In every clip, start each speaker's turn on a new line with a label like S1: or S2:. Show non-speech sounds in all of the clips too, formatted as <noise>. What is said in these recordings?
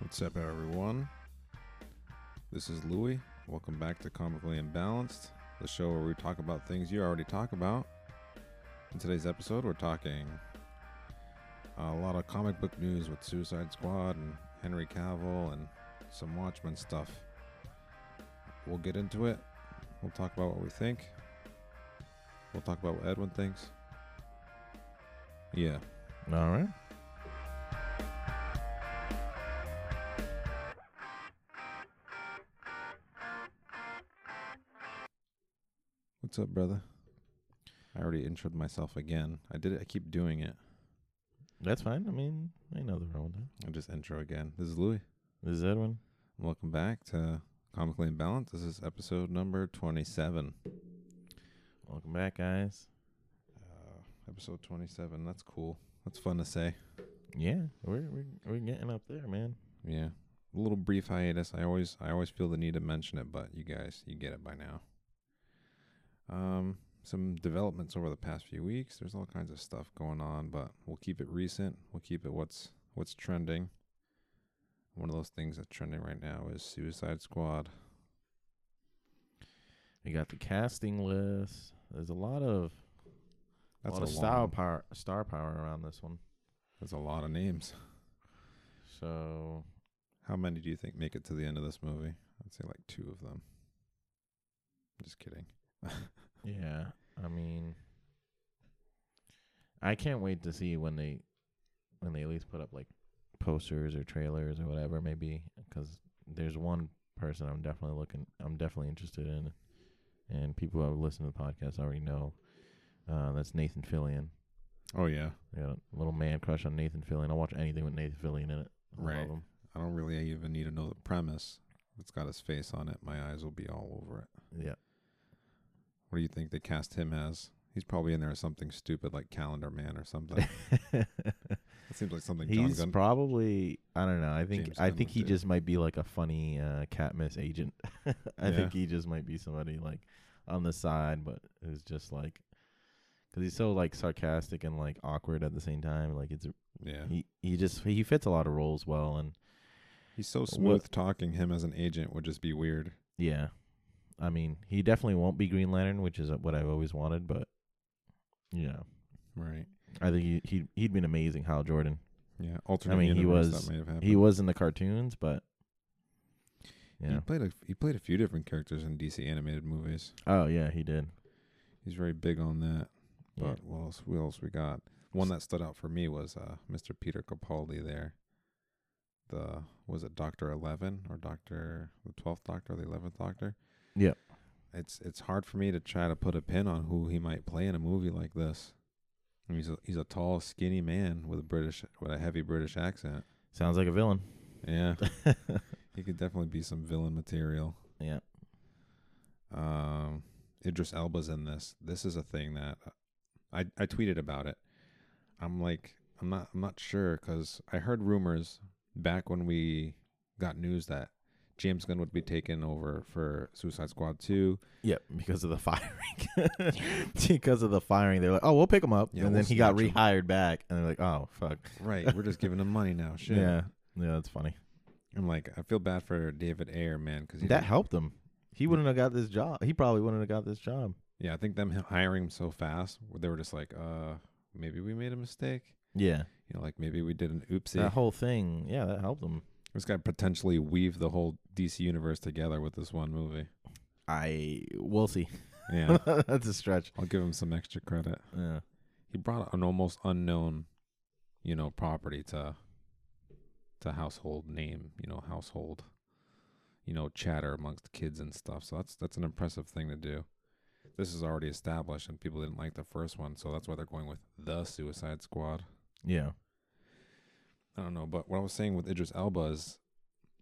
S1: What's up, everyone? This is Louie. Welcome back to Comically Imbalanced, the show where we talk about things you already talk about. In today's episode, we're talking a lot of comic book news with Suicide Squad and Henry Cavill and some Watchmen stuff. We'll get into it. We'll talk about what we think. We'll talk about what Edwin thinks. Yeah.
S2: All right.
S1: What's up, brother? I already introed myself again. I did it. I keep doing it.
S2: That's fine. I mean, ain't nothing wrong with that.
S1: I just intro again. This is Louis.
S2: This is Edwin.
S1: Welcome back to Comically Imbalanced. This is episode number 27.
S2: Welcome back, guys.
S1: Uh, episode 27. That's cool. That's fun to say.
S2: Yeah, we're we're, we're getting up there, man.
S1: Yeah. A little brief hiatus. I always I always feel the need to mention it, but you guys, you get it by now. Um, some developments over the past few weeks. There's all kinds of stuff going on, but we'll keep it recent. We'll keep it what's what's trending. One of those things that's trending right now is Suicide Squad.
S2: We got the casting list. There's a lot of a
S1: That's
S2: lot
S1: a,
S2: of style
S1: long-
S2: power, star power around this one.
S1: That's a lot of names.
S2: So
S1: How many do you think make it to the end of this movie? I'd say like two of them. Just kidding.
S2: yeah, I mean, I can't wait to see when they when they at least put up like posters or trailers or whatever it may be. Because there's one person I'm definitely looking, I'm definitely interested in, and people who have listened to the podcast already know. Uh, that's Nathan Fillion.
S1: Oh yeah.
S2: I got a little man crush on Nathan Fillion. I'll watch anything with Nathan Fillion in it. I love
S1: Right.
S2: him.
S1: I don't really even need to know the premise. If it's got his face on it, my eyes will be all over it.
S2: Yeah.
S1: What do you think they cast him as? He's probably in there as something stupid like Calendar Man or
S2: <laughs>
S1: something. It seems like something John
S2: He's
S1: Gunn.
S2: probably I don't know. I think
S1: James
S2: I
S1: Gunn
S2: think
S1: would
S2: he
S1: do.
S2: just might be like a funny uh cat miss agent. <laughs> I
S1: Yeah.
S2: think he just might be somebody like on the side but is just like cuz he's so like sarcastic and like awkward at the same time like it's
S1: yeah,
S2: he he just he fits a lot of roles well and
S1: he's so smooth talking. Him as an agent would just be weird.
S2: yeah. I mean, he definitely won't be Green Lantern, which is what I've always wanted, but you know,
S1: Right.
S2: I think he he'd, he'd been amazing Hal Jordan.
S1: Yeah. Alternate
S2: mean, he
S1: universe,
S2: was-
S1: that may have happened.
S2: He was in the cartoons, but yeah.
S1: He played a he played a few different characters in DC animated movies.
S2: oh yeah, he did.
S1: He's very big on that.
S2: Yeah.
S1: But what else? What else we got? One that stood out for me was uh, Mr. Peter Capaldi. There, the was it Doctor Eleven or Doctor the Twelfth Doctor, the Eleventh Doctor?
S2: Yeah.
S1: It's it's hard for me to try to put a pin on who he might play in a movie like this. I mean, he's a, he's a tall, skinny man with a British with a heavy British accent.
S2: Sounds like a villain.
S1: Yeah,
S2: <laughs>
S1: he could definitely be some villain material.
S2: Yeah.
S1: Um, Idris Elba's in this. This is a thing that I I tweeted about it. I'm like I'm not I'm not sure because I heard rumors back when we got news that James Gunn would be taken over for Suicide Squad two.
S2: Yep. Because of the <laughs> firing. because of the firing, they're like, "Oh, we'll pick him up,"
S1: Yeah,
S2: and
S1: we'll
S2: then he got
S1: snatch him.
S2: rehired back, and they're like, "Oh, fuck."
S1: Right, we're just giving him money now. Shit.
S2: Yeah. Yeah, that's funny.
S1: I'm like I feel bad for David Ayer, man, because
S2: That helped him. He wouldn't have got this job. He probably wouldn't have got this job.
S1: yeah, I think them hiring him so fast, they were just like, uh, maybe we made a mistake.
S2: Yeah.
S1: You know, like maybe we did an oopsie.
S2: That whole thing. Yeah, that helped him.
S1: This guy potentially weave the whole DC universe together with this one movie.
S2: I we'll see.
S1: Yeah,
S2: <laughs> that's a stretch.
S1: I'll give him some extra credit.
S2: Yeah.
S1: He brought an almost unknown, you know, property to to household name, you know, household, you know, chatter amongst kids and stuff. So that's that's an impressive thing to do. This is already established, and people didn't like the first one, so that's why they're going with the Suicide Squad.
S2: Yeah.
S1: I don't know, but what I was saying with Idris Elba is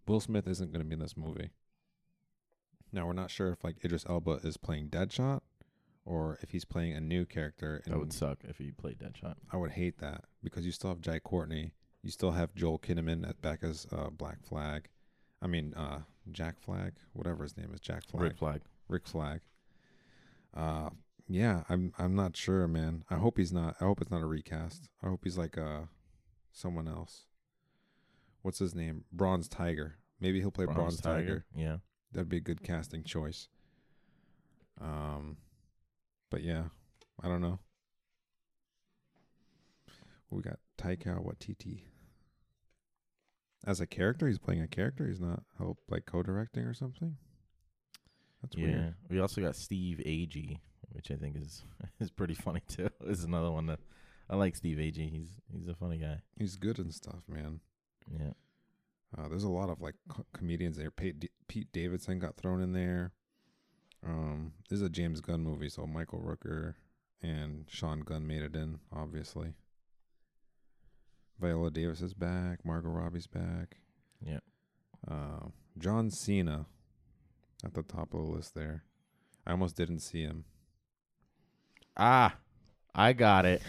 S1: Will Smith isn't going to be in this movie. Now we're not sure if like Idris Elba is playing Deadshot or if he's playing a new character. And
S2: That would suck if he played Deadshot.
S1: I would hate that because you still have Jai Courtney, you still have Joel Kinnaman at back as uh, Black Flag. I mean, uh, Jack Flag, whatever his name is, Jack Flag,
S2: Red
S1: Rick, Flag.
S2: flag.
S1: Uh, yeah, I'm I'm not sure, man. I hope he's not. I hope it's not a recast. I hope he's like uh, someone else. what's his name? Bronze Tiger. Maybe he'll play Bronze, Tiger.
S2: Yeah.
S1: That'd be a good casting choice. Um, but yeah, I don't know. We got Taika Waititi as a character. He's playing a character. He's not help like co-directing or something. That's
S2: yeah.
S1: weird.
S2: We also got Steve Agee, which I think is <laughs> is pretty funny too. <laughs> this is another one that I like Steve Agee. He's he's a funny guy.
S1: He's good and stuff, man.
S2: Yeah.
S1: Uh, there's a lot of like co- comedians there. Pete, D- Pete Davidson got thrown in there. Um, this is a James Gunn movie, so Michael Rooker and Sean Gunn made it in, obviously. Viola Davis is back. Margot Robbie's back.
S2: Yeah.
S1: Uh, John Cena at the top of the list there. I almost didn't see him.
S2: Ah, I got it.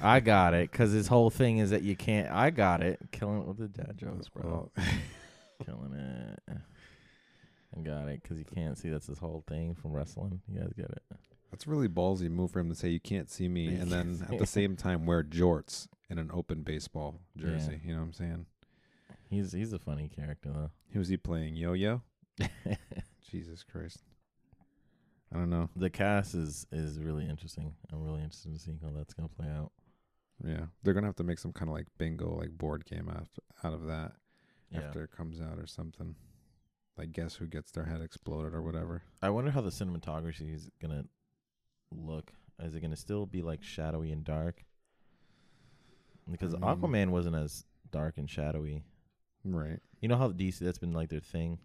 S2: I got it. Cause his whole thing is that you can't. I got it. Killing it with the dad jokes, bro.
S1: Oh,
S2: Killing it. I got it. Cause you can't see that's his whole thing from wrestling. You guys get it.
S1: That's a really ballsy move for him to say you can't see me,
S2: You
S1: and
S2: can't
S1: then
S2: see
S1: at the
S2: me.
S1: same time wear jorts and an open baseball jersey. You know what I'm saying?
S2: He's he's a funny character though.
S1: Who's he playing? Yo Yo? Jesus Christ. I don't know.
S2: the cast is is really interesting. I'm really interested in seeing how that's gonna play out.
S1: Yeah. They're going to have to make some kind of like bingo, like board game after, out of that
S2: Yeah.
S1: after it comes out or something. Like, guess who gets their head exploded or whatever.
S2: I wonder how the cinematography is gonna look. Is it gonna still be like shadowy and dark? Because
S1: I mean-
S2: Aquaman wasn't as dark and shadowy.
S1: Right.
S2: You know how DC that's been like their thing.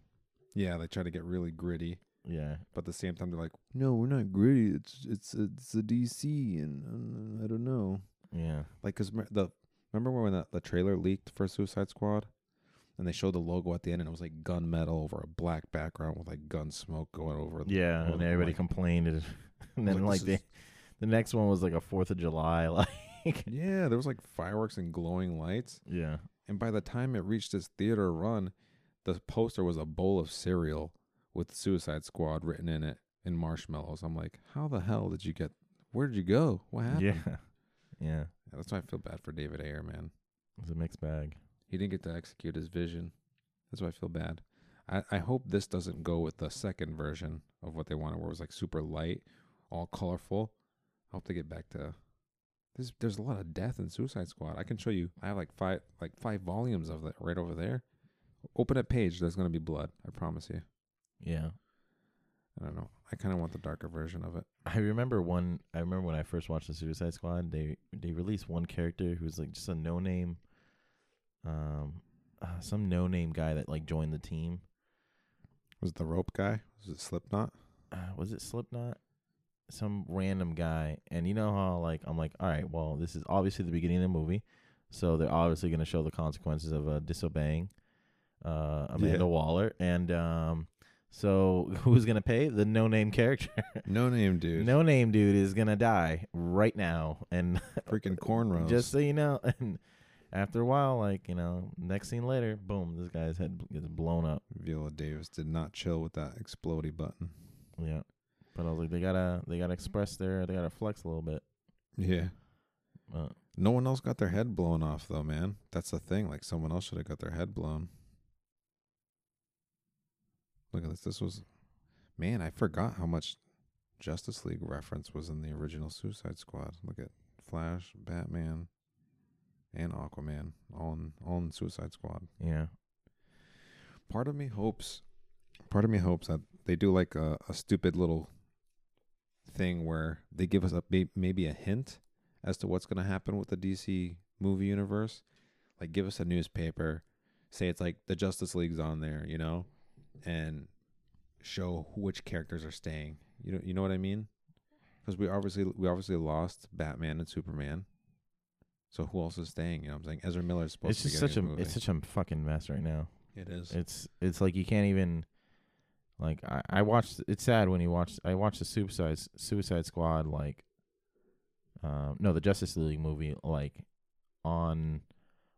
S1: Yeah. They try to get really gritty,
S2: Yeah,
S1: but at the same time, they're like, no, we're not gritty. It's, it's, it's a DC, and uh, I don't know.
S2: yeah,
S1: Like, cause mer- the remember when the, the trailer leaked for Suicide Squad, and they showed the logo at the end, and it was like gunmetal over a black background with like gun smoke going over. the-
S2: yeah.
S1: over
S2: And
S1: the-
S2: everybody
S1: like,
S2: complained, and, <laughs> and
S1: I
S2: then
S1: was
S2: like
S1: this
S2: the
S1: is-
S2: the next one was like a Fourth of July, <laughs> like
S1: <laughs> yeah, there was like fireworks and glowing lights,
S2: yeah,
S1: and by the time it reached this theater run, the poster was a bowl of cereal with Suicide Squad written in it and marshmallows. I'm like, how the hell did you get? Where did you go? What happened?
S2: yeah, yeah.
S1: Yeah, that's why I feel bad for David Ayer, man.
S2: It's a mixed bag.
S1: He didn't get to execute his vision. That's why I feel bad. I, I hope this doesn't go with the second version of what they wanted, where it was like super light, all colorful. I hope they get back to. There's there's a lot of death in Suicide Squad. I can show you. I have like five like five volumes of that right over there. Open a page. There's gonna be blood. I promise you.
S2: Yeah.
S1: I don't know. I kind of want the darker version of it.
S2: I remember one. I remember when I first watched the Suicide Squad. They they released one character who was like just a no name, um, uh, some no name guy that like joined the team.
S1: Was it the rope guy? Was it
S2: <laughs>
S1: Slipknot?
S2: Uh, was it Slipknot? Some random guy, and you know how like I'm like, all right, well, this is obviously the beginning of the movie, so they're obviously going to show the consequences of uh, disobeying uh, Amanda
S1: Yeah.
S2: Waller, and um, so <laughs> who's going to pay the no name character?
S1: No name,
S2: <laughs>
S1: dude.
S2: no name dude is going to die right now, and
S1: freaking cornrows.
S2: Just so you know, <laughs> and after a while, like you know, next scene later, boom, this guy's head bl- gets blown up.
S1: Viola Davis did not chill with that explodey button.
S2: Yeah, but I was like, they gotta, they gotta express their, they gotta flex a little bit.
S1: Yeah.
S2: Uh,
S1: No one else got their head blown off though, man. That's the thing. Like someone else should have got their head blown. Look at this. This was man, I forgot how much Justice League reference was in the original Suicide Squad. Look at Flash, Batman, and Aquaman all in all in Suicide Squad.
S2: yeah,
S1: Part of me hopes part of me hopes that they do like a, a stupid little thing where they give us a may- maybe a hint as to what's going to happen with the DC movie universe. Like give us a newspaper, say it's like the Justice League's on there, you know, and show which characters are staying. You know, you know what I mean? Cuz we obviously we obviously lost Batman and Superman. So who else is staying? You know what I'm saying? Ezra Miller's supposed
S2: it's
S1: to be
S2: just
S1: getting
S2: such a,
S1: a movie.
S2: it's such a fucking mess right now.
S1: it is.
S2: It's, it's like you can't even, like I, I watched. It's sad when you watch. I watched the Suicide Suicide Squad, like, um, no, the Justice League movie, like, on,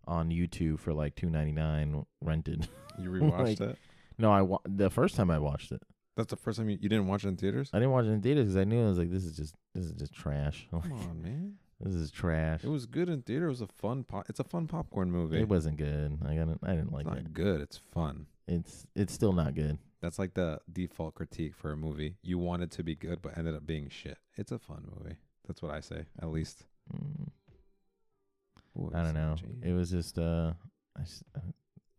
S2: on YouTube for like two ninety nine rented. <laughs>
S1: you
S2: like-
S1: rewatched it?
S2: No, I wa- the first time I watched it,
S1: That's the first time you, you didn't watch it in theaters?
S2: I didn't watch it in theaters because I knew I was like, this is just this is just trash. <laughs>
S1: Come on, man.
S2: This is trash.
S1: It was good in theater. It was a fun. Po- it's a fun popcorn movie.
S2: It wasn't good. I got. I didn't
S1: it's
S2: like
S1: not
S2: it.
S1: good. It's fun.
S2: It's it's still not good.
S1: That's like the default critique for a movie. You want it to be good, but ended up being shit. It's a fun movie. That's what I say. At least.
S2: Mm,
S1: Ooh,
S2: I
S1: it's
S2: don't know.
S1: edgy.
S2: It was just. Uh, I s- uh,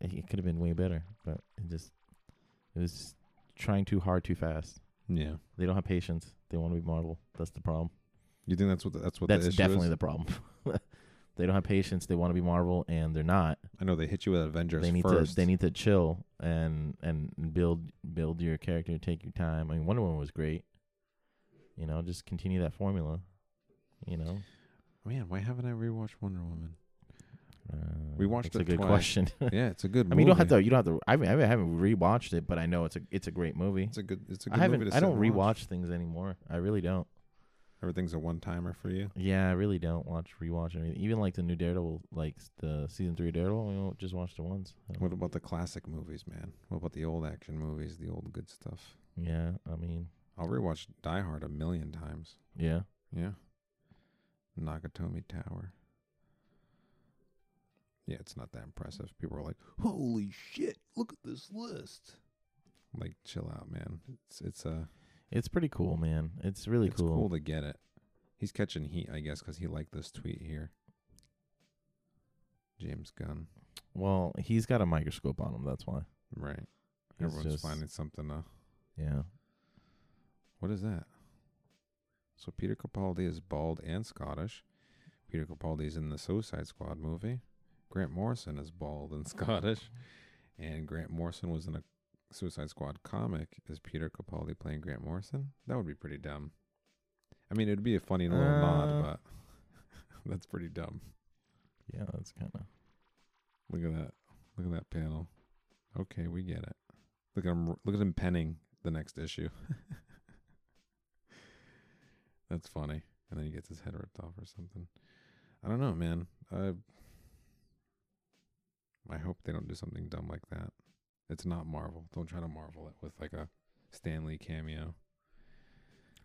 S2: it, it could have been way better, but it just. It was just trying too hard, too fast.
S1: yeah.
S2: They don't have patience. They want to be Marvel. That's the problem.
S1: You think that's what the, that's what
S2: That's
S1: the issue
S2: definitely
S1: is?
S2: the problem. <laughs> they don't have patience. They want to be Marvel, and they're not.
S1: I know they hit you with Avengers
S2: they need
S1: first.
S2: to they need to chill and and build build your character take your time i mean wonder woman was great you know just continue that formula you know
S1: Man, why haven't I rewatched Wonder
S2: <laughs>
S1: Woman?
S2: uh,
S1: We watched
S2: that's a
S1: it
S2: good
S1: twice.
S2: question <laughs>
S1: yeah, it's a good.
S2: i mean you don't have to you don't have to i mean i haven't rewatched it but i know it's a it's a great movie
S1: It's a good. It's a
S2: i
S1: good movie
S2: haven't
S1: to
S2: i
S1: sit and
S2: don't rewatch
S1: watch.
S2: things anymore i really don't
S1: Everything's a one timer for you.
S2: yeah i really don't watch rewatch anything even like the new daredevil like s- the season three daredevil we don't just watch the ones I don't-
S1: What about the classic movies, man? What about the old action movies, the old good stuff?
S2: yeah i mean
S1: I'll rewatch Die Hard a million times.
S2: yeah
S1: Yeah. Nakatomi Tower. Yeah, it's not that impressive. People are like, "Holy shit, look at this list." I'm like, chill out, man. It's it's uh,
S2: it's pretty cool man it's really
S1: it's cool. to get it. He's catching heat, I guess, because he liked this tweet here. James Gunn,
S2: Well, he's got a microscope on him. That's why.
S1: right?
S2: He's
S1: Everyone's
S2: just-
S1: finding something. Uh,
S2: Yeah.
S1: What is that? So Peter Capaldi is bald and Scottish. Peter Capaldi is in the Suicide Squad movie. Grant Morrison is bald and <laughs> Scottish. And Grant Morrison was in a Suicide Squad comic. Is Peter Capaldi playing Grant Morrison? That would be pretty dumb. I mean, it would be a funny little nod,
S2: Uh.
S1: but <laughs> that's pretty dumb.
S2: Yeah, that's kind of.
S1: Look at that. Look at that panel. Okay, we get it. Look at him. Look at him penning the next issue. <laughs> That's funny. And then he gets his head ripped off or something. I don't know, man. I I hope they don't do something dumb like that. It's not Marvel. Don't try to Marvel it with like a Stanley cameo.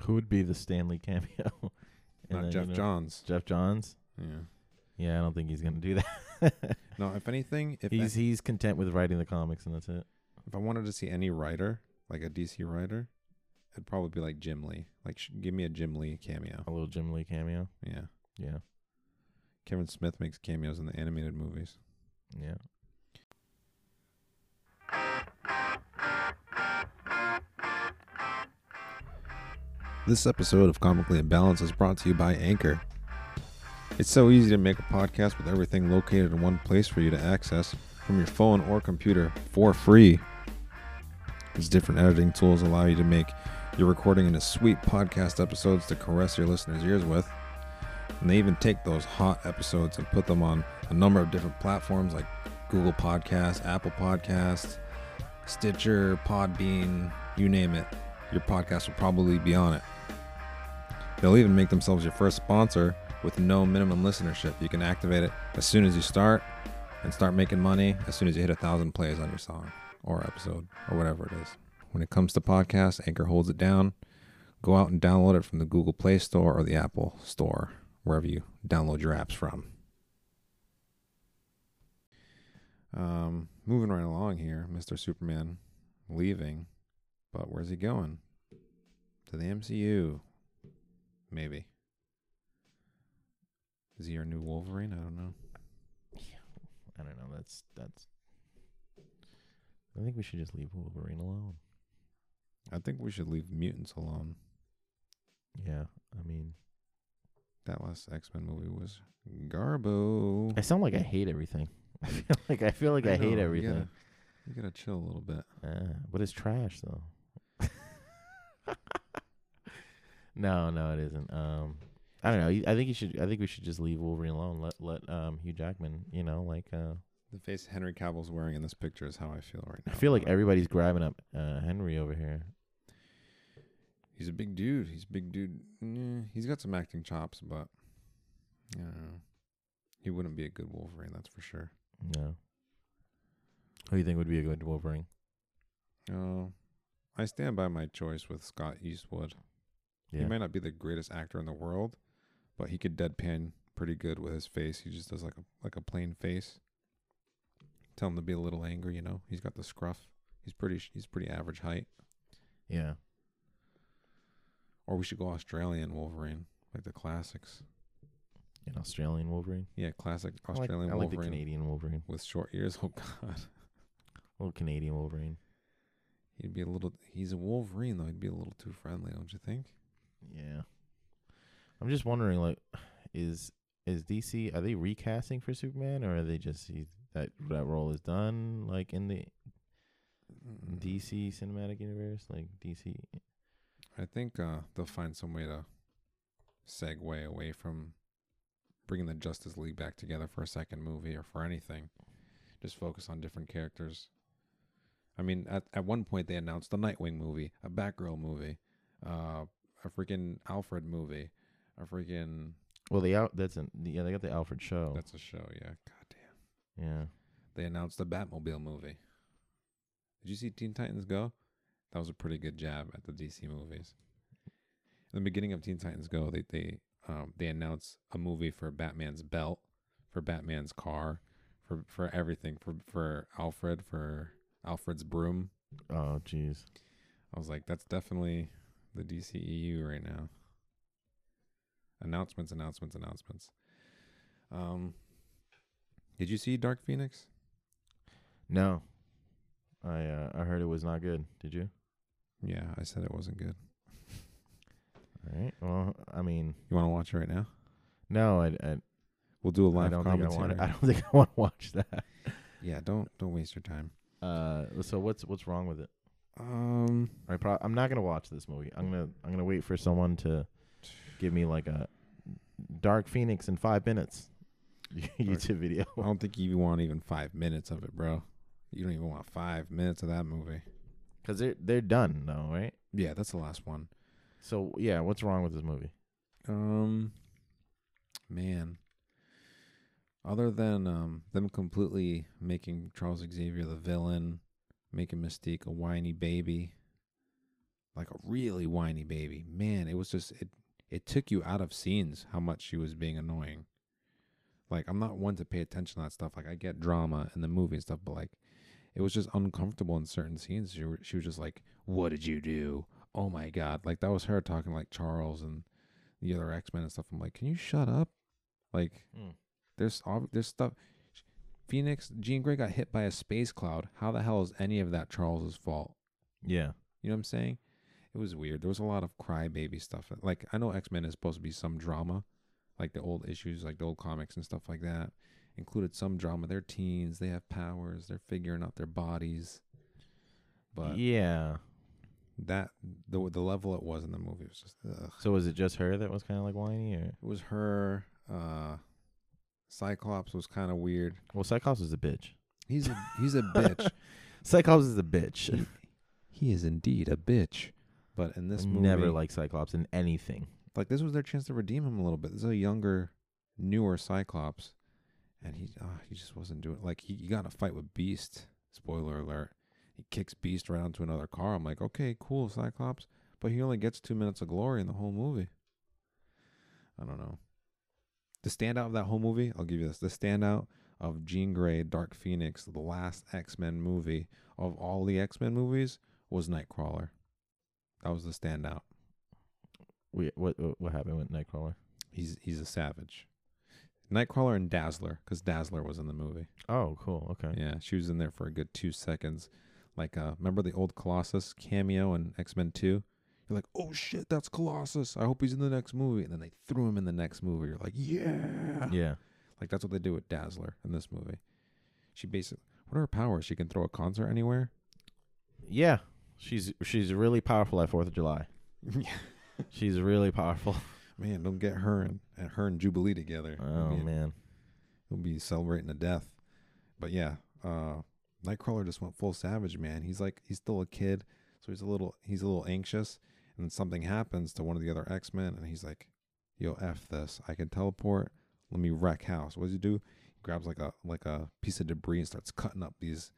S2: Who would be the Stanley cameo? <laughs> And
S1: Not
S2: then,
S1: Jeff
S2: you know,
S1: Johns.
S2: Jeff Johns.
S1: Yeah.
S2: Yeah, I don't think he's gonna do
S1: <laughs>
S2: that.
S1: No, if anything, if
S2: he's he's content with writing the comics, and that's it.
S1: If I wanted to see any writer, like a DC writer, it'd probably be like Jim Lee. Like, sh- give me a Jim Lee cameo.
S2: A little Jim Lee cameo.
S1: Yeah.
S2: Yeah.
S1: Kevin Smith makes cameos in the animated movies.
S2: Yeah.
S1: This episode of Comically Imbalanced is brought to you by Anchor. It's so easy to make a podcast with everything located in one place for you to access from your phone or computer for free. These different editing tools allow you to make your recording into sweet podcast episodes to caress your listeners' ears with. And they even take those hot episodes and put them on a number of different platforms like Google Podcasts, Apple Podcasts, Stitcher, Podbean, you name it. Your podcast will probably be on it. They'll even make themselves your first sponsor with no minimum listenership. You can activate it as soon as you start and start making money as soon as you hit a thousand plays on your song or episode or whatever it is. When it comes to podcasts, Anchor holds it down. Go out and download it from the Google Play Store or the Apple Store, wherever you download your apps from. Um, moving right along here, Mr. Superman leaving, but where's he going? To the MCU. Maybe. Is he our new Wolverine? I don't know.
S2: I don't know. That's that's. I think we should just leave Wolverine alone.
S1: I think we should leave mutants alone.
S2: Yeah. I mean,
S1: That last X Men movie was Garbo.
S2: I sound like I hate everything. <laughs> I feel like I feel like
S1: know,
S2: I, hate
S1: You gotta,
S2: everything.
S1: you gotta chill a little bit.
S2: Uh, but it's trash though. <laughs> no, no, it isn't. Um, I don't know. You- I think you should. I think we should just leave Wolverine alone. Let let um Hugh Jackman. You know, like uh,
S1: The face Henry Cavill's wearing in this picture is how I feel right now.
S2: I feel like
S1: about it.
S2: everybody's grabbing up uh, Henry over here.
S1: he's a big dude. He's a big dude. Mm, he's got some acting chops, but I don't know. He wouldn't be a good Wolverine, that's for sure.
S2: No. Who do you think would be a good Wolverine?
S1: Oh, I stand by my choice with Scott Eastwood. He
S2: Yeah.
S1: might not be the greatest actor in the world, but he could deadpan pretty good with his face. He just does like a like a plain face. Tell him to be a little angry, you know. He's got the scruff. He's pretty sh- he's pretty average height.
S2: Yeah.
S1: Or we should go Australian Wolverine, like the classics.
S2: An Australian Wolverine.
S1: Yeah, classic
S2: I like-
S1: Australian
S2: I like, the
S1: Wolverine
S2: Canadian Wolverine.
S1: with short ears. <laughs> Oh god.
S2: Little Canadian Wolverine.
S1: He'd be a little he's a Wolverine though. He'd be a little too friendly, don't you think?
S2: Yeah. I'm just wondering, like, is is DC are they recasting for Superman or are they just he, that that role is done like in the
S1: Mm.
S2: DC cinematic universe, like DC?
S1: I think uh, they'll find some way to segue away from bringing the Justice League back together for a second movie or for anything. Just focus on different characters. I mean, at at one point they announced a Nightwing movie, a Batgirl movie, uh, a freaking Alfred movie, a freaking
S2: Well, they out that's an yeah they got the Alfred show.
S1: that's a show, yeah. God damn.
S2: yeah,
S1: They announced a Batmobile movie. Did you see Teen Titans Go? That was a pretty good jab at the DC movies. In the beginning of Teen Titans Go, they they um, they announce a movie for Batman's belt, for Batman's car, for for everything, for for Alfred, for Alfred's broom.
S2: oh jeez,
S1: I was like, that's definitely the DCEU right now. Announcements, announcements, announcements. Um, did you see Dark Phoenix?
S2: no, I uh, I heard it was not good. Did you?
S1: Yeah, I said it wasn't good.
S2: All right. Well, I mean,
S1: You want to watch it right now?
S2: no, I I,
S1: We'll do a
S2: I
S1: live
S2: don't think I
S1: commentary.
S2: want to. I don't <laughs> think I want to watch that.
S1: yeah, don't don't waste your time.
S2: Uh, so what's what's wrong with it?
S1: Um,
S2: I pro- I'm not gonna watch this movie. I'm gonna I'm gonna wait for someone to give me like a Dark Phoenix in five minutes <laughs> YouTube <laughs> video.
S1: I don't think you want even five minutes of it, bro. You don't even want five minutes of that movie.
S2: because they're they're done though, right?
S1: Yeah, that's the last one.
S2: So yeah, what's wrong with this movie?
S1: Um, man. Other than um them completely making Charles Xavier the villain, making Mystique a whiny baby, like a really whiny baby. Man, it was just it it took you out of scenes how much she was being annoying. Like I'm not one to pay attention to that stuff. Like I get drama in the movie and stuff, but like it was just uncomfortable in certain scenes. She, were- she was just like, "What did you do? Oh my god!" Like that was her talking like Charles and the other X Men and stuff. I'm like, can you shut up? Like,
S2: Mm.
S1: there's ob- there's stuff. Phoenix, Jean Grey got hit by a space cloud. How the hell is any of that Charles's fault?
S2: Yeah,
S1: You know what I'm saying? It was weird. There was a lot of crybaby stuff. Like I know X Men is supposed to be some drama, like the old issues, like the old comics and stuff like that, included some drama. They're teens. They have powers. They're figuring out their bodies. But
S2: yeah.
S1: that the the level it was in the movie was just ugh.
S2: So was it just her that was kind of like whiny, or
S1: It was her. Uh, Cyclops was kind of weird.
S2: well, Cyclops is a bitch.
S1: He's a, he's a bitch.
S2: Cyclops is a <laughs> bitch.
S1: He, he is indeed a bitch. But in this
S2: I
S1: movie,
S2: never liked Cyclops in anything.
S1: like this was their chance to redeem him a little bit. This is a younger, newer Cyclops, and he ah he just wasn't doing like he, he got in a fight with Beast. Spoiler alert: he kicks Beast right onto another car. I'm like, okay, cool, Cyclops, but he only gets two minutes of glory in the whole movie. I don't know. The standout of that whole movie, I'll give you this: the standout of Jean Grey, Dark Phoenix, the last X Men movie of all the X Men movies was Nightcrawler. That was the standout.
S2: We, what what- what happened with Nightcrawler?
S1: He's he's a savage. Nightcrawler and Dazzler, because Dazzler was in the movie.
S2: Oh, cool. Okay.
S1: Yeah, she was in there for a good two seconds. Like, uh, remember the old Colossus cameo in X Men Two? You're like, oh shit, that's Colossus. I hope he's in the next movie. And then they threw him in the next movie. You're like, yeah.
S2: Yeah.
S1: Like that's what they do with Dazzler in this movie. She basically, what are her powers? She can throw a concert anywhere.
S2: Yeah. She's she's really powerful at Fourth of <laughs> July. She's really <laughs> powerful.
S1: man, don't get her and, and her and Jubilee together.
S2: Oh
S1: It'll be-
S2: man.
S1: He'll be celebrating the death. But yeah, uh Nightcrawler just went full savage, man. He's like he's still a kid, so he's a little he's a little anxious and then something happens to one of the other X-Men and he's like, "Yo, F this. I can teleport. Let me wreck house." What does he do? He grabs like a like a piece of debris and starts cutting up these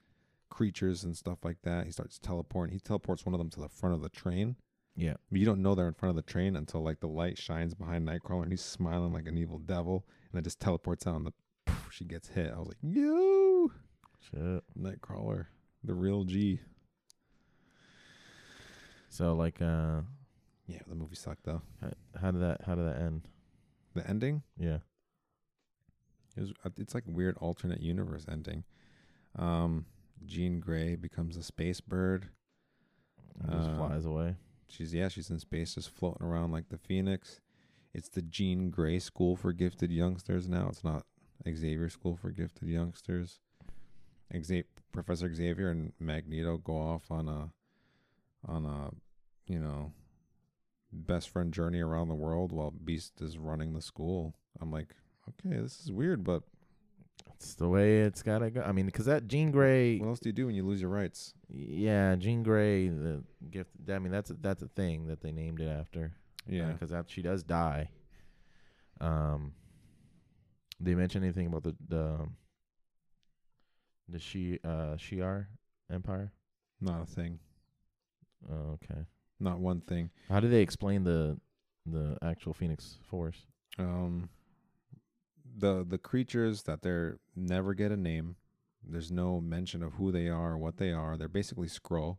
S1: creatures and stuff like that. He starts teleporting. He teleports one of them to the front of the train
S2: Yeah.
S1: But you don't know they're in front of the train until like the light shines behind Nightcrawler and he's smiling like an evil devil and then just teleports out and the poof, she gets hit. I was like, yo,
S2: Shit.
S1: Nightcrawler, the real G.
S2: So like, uh,
S1: Yeah, the movie sucked though.
S2: how, how did that? How did that end?
S1: The ending,
S2: Yeah.
S1: it was, uh, it's like weird alternate universe ending. Um, Jean Grey becomes a space bird.
S2: It just
S1: Uh,
S2: flies away.
S1: She's yeah, she's in space, just floating around like the phoenix. It's the Jean Grey School for Gifted Youngsters now. It's not Xavier School for Gifted Youngsters. Xavier, Professor Xavier and Magneto go off on a on a you know best friend journey around the world while Beast is running the school. I'm like, okay, this is weird, but
S2: It's the way it's gotta go. I mean, because that Jean Grey.
S1: what else do you do when you lose your rights?
S2: Yeah, Jean Grey, the gift. I mean, that's a, that's a thing that they named it after. because she does die. Um, they mention anything about the the um, the she uh Shi'ar Empire?
S1: not a thing,
S2: Oh, okay.
S1: not one thing.
S2: How do they explain the the actual Phoenix Force?
S1: Um, the the creatures that they're never get a name. There's no mention of who they are, what they are. They're basically scroll.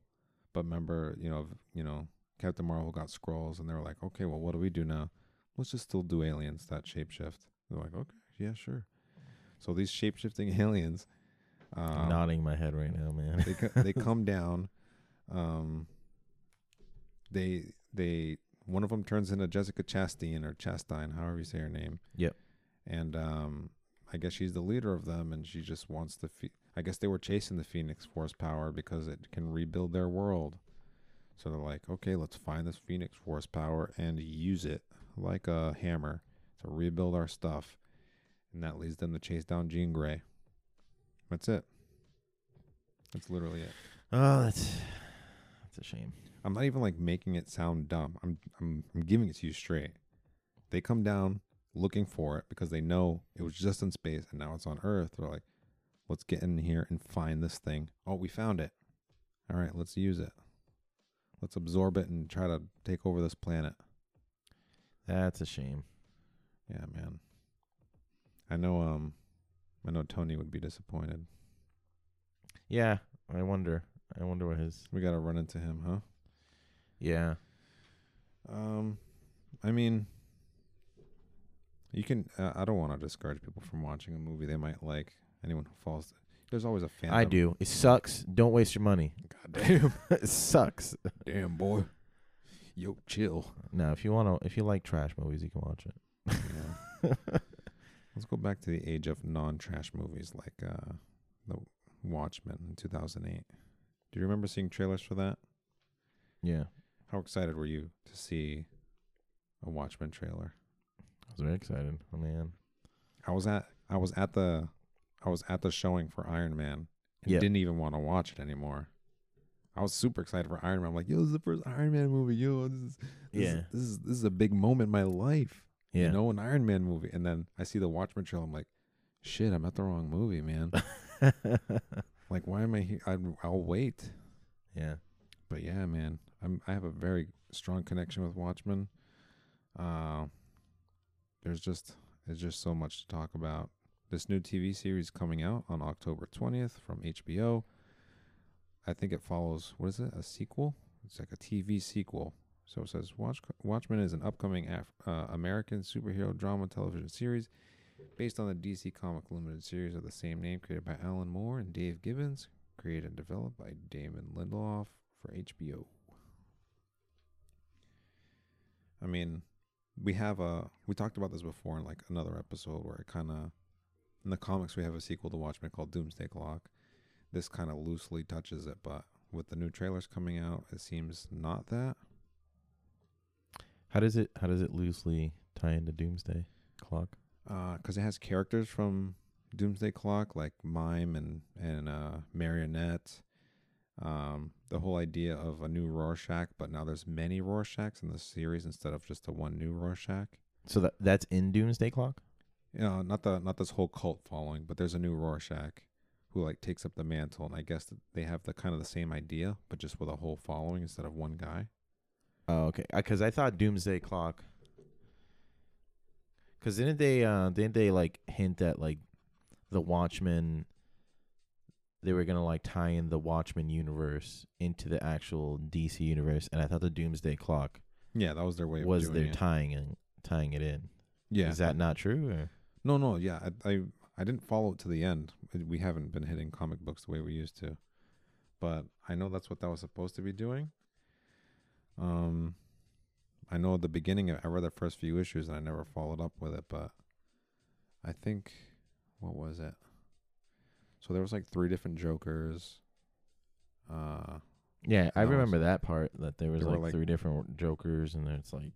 S1: But remember, you know, you know, Captain Marvel got scrolls, and they were like, okay, well, what do we do now? Let's just still do aliens that shapeshift. They're like, okay, yeah, sure. So these shapeshifting <laughs> aliens,
S2: I'm
S1: um,
S2: nodding my head right now, man.
S1: they co- they come down. Um, they they one of them turns into Jessica Chastain or Chastain, however you say her name.
S2: Yep.
S1: And um, I guess she's the leader of them, and she just wants the. Phe- I guess they were chasing the Phoenix Force power because it can rebuild their world. So they're like, okay, let's find this Phoenix Force power and use it like a hammer to rebuild our stuff. And that leads them to chase down Jean Grey. That's it. That's literally it.
S2: oh, that's that's a shame.
S1: I'm not even like making it sound dumb. I'm I'm I'm giving it to you straight. They come down looking for it because they know it was just in space and now it's on Earth. They're like, let's get in here and find this thing. Oh, we found it. All right, let's use it. Let's absorb it and try to take over this planet.
S2: That's a shame.
S1: Yeah, man. I know um I know Tony would be disappointed.
S2: Yeah, I wonder. I wonder what his.
S1: We gotta run into him, huh?
S2: Yeah,
S1: Um, I mean, you can. Uh, I don't want to discourage people from watching a movie they might like. Anyone who falls, there's always a fan. <laughs>
S2: I do. It sucks. Don't waste your money. <laughs>
S1: God damn,
S2: it sucks.
S1: damn boy, yo, chill.
S2: No, if you want to, if you like trash movies, you can watch it.
S1: You know? <laughs> Let's go back to the age of non-trash movies like uh, the Watchmen in 2008. Do you remember seeing trailers for that?
S2: Yeah.
S1: How excited were you to see a Watchmen trailer?
S2: I was very excited. Oh man.
S1: I was at I was at the I was at the showing for Iron Man and
S2: Yeah.
S1: didn't even want to watch it anymore. I was super excited for Iron Man. I'm like, yo, this is the first Iron Man movie. Yo, this is this
S2: Yeah.
S1: is, this is this is a big moment in my life.
S2: Yeah.
S1: You know, an Iron Man movie. And then I see the Watchmen trailer. I'm like, shit, I'm at the wrong movie,
S2: <laughs>
S1: man. like, why am I here? I, I'll wait.
S2: yeah.
S1: But yeah, man, I'm I have a very strong connection with Watchmen. Uh, there's just there's just so much to talk about. This new TV series coming out on October 20th from HBO. I think it follows what is it? A sequel? It's like a TV sequel. So it says Watch Watchmen is an upcoming Af- uh, American superhero drama television series based on the DC Comic Limited series of the same name created by Alan Moore and Dave Gibbons, created and developed by Damon Lindelof for HBO. I mean, we have a we talked about this before in like another episode where it kind of in the comics we have a sequel to Watchmen called Doomsday Clock. This kind of loosely touches it, but with the new trailers coming out, it seems not that.
S2: How does it? How does it loosely tie into Doomsday Clock?
S1: because Uh, it has characters from Doomsday Clock, like Mime and and uh, Marionette. Um, the whole idea of a new Rorschach, but now there's many Rorschachs in the series instead of just the one new Rorschach.
S2: So that that's in Doomsday Clock.
S1: You know, not the not this whole cult following, but there's a new Rorschach who like takes up the mantle, and I guess that they have the kind of the same idea, but just with a whole following instead of one guy.
S2: Oh, okay. Because I thought Doomsday Clock. Because didn't they? Uh, didn't they like hint at like the Watchmen? They were gonna like tie in the Watchmen universe into the actual DC universe, and I thought the Doomsday Clock
S1: Yeah, that was their way of
S2: was
S1: doing
S2: their
S1: it.
S2: tying in, tying it in.
S1: yeah.
S2: Is that not true? Or?
S1: No, no, yeah. I, I I didn't follow it to the end. We haven't been hitting comic books the way we used to. But I know that's what that was supposed to be doing. Um I know at the beginning I read the first few issues and I never followed up with it, but I think what was it? So there was like three different Jokers. Uh
S2: Yeah, I
S1: No, it's-
S2: remember that part that there was
S1: There were,
S2: like,
S1: like-
S2: three different Jokers, and then it's like,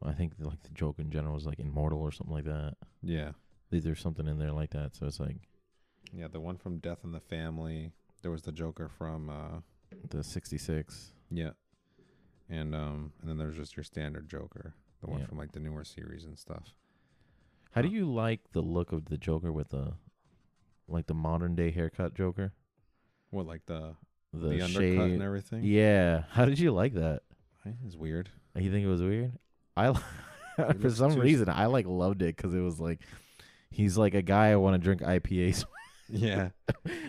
S2: well, I think like the Joker in general was like immortal or something like that.
S1: yeah.
S2: There's something in there like that, so it's like
S1: Yeah, the one from Death in the Family. There was the Joker from uh
S2: the '66.
S1: Yeah. And um and then there's just your standard Joker, the one
S2: Yeah.
S1: from like the newer series and stuff.
S2: How do
S1: Huh.
S2: you like the look of the Joker with the, like the modern day haircut Joker?
S1: What like the
S2: The,
S1: the, undercut
S2: shave.
S1: and everything?
S2: yeah. <laughs> How did you like that?
S1: I- It's
S2: <laughs>
S1: weird.
S2: You think it was weird? I li- <laughs> for
S1: looks
S2: some
S1: too s-
S2: reason I like loved it because it was like, he's like a guy I want to drink <laughs> IPAs,
S1: Yeah.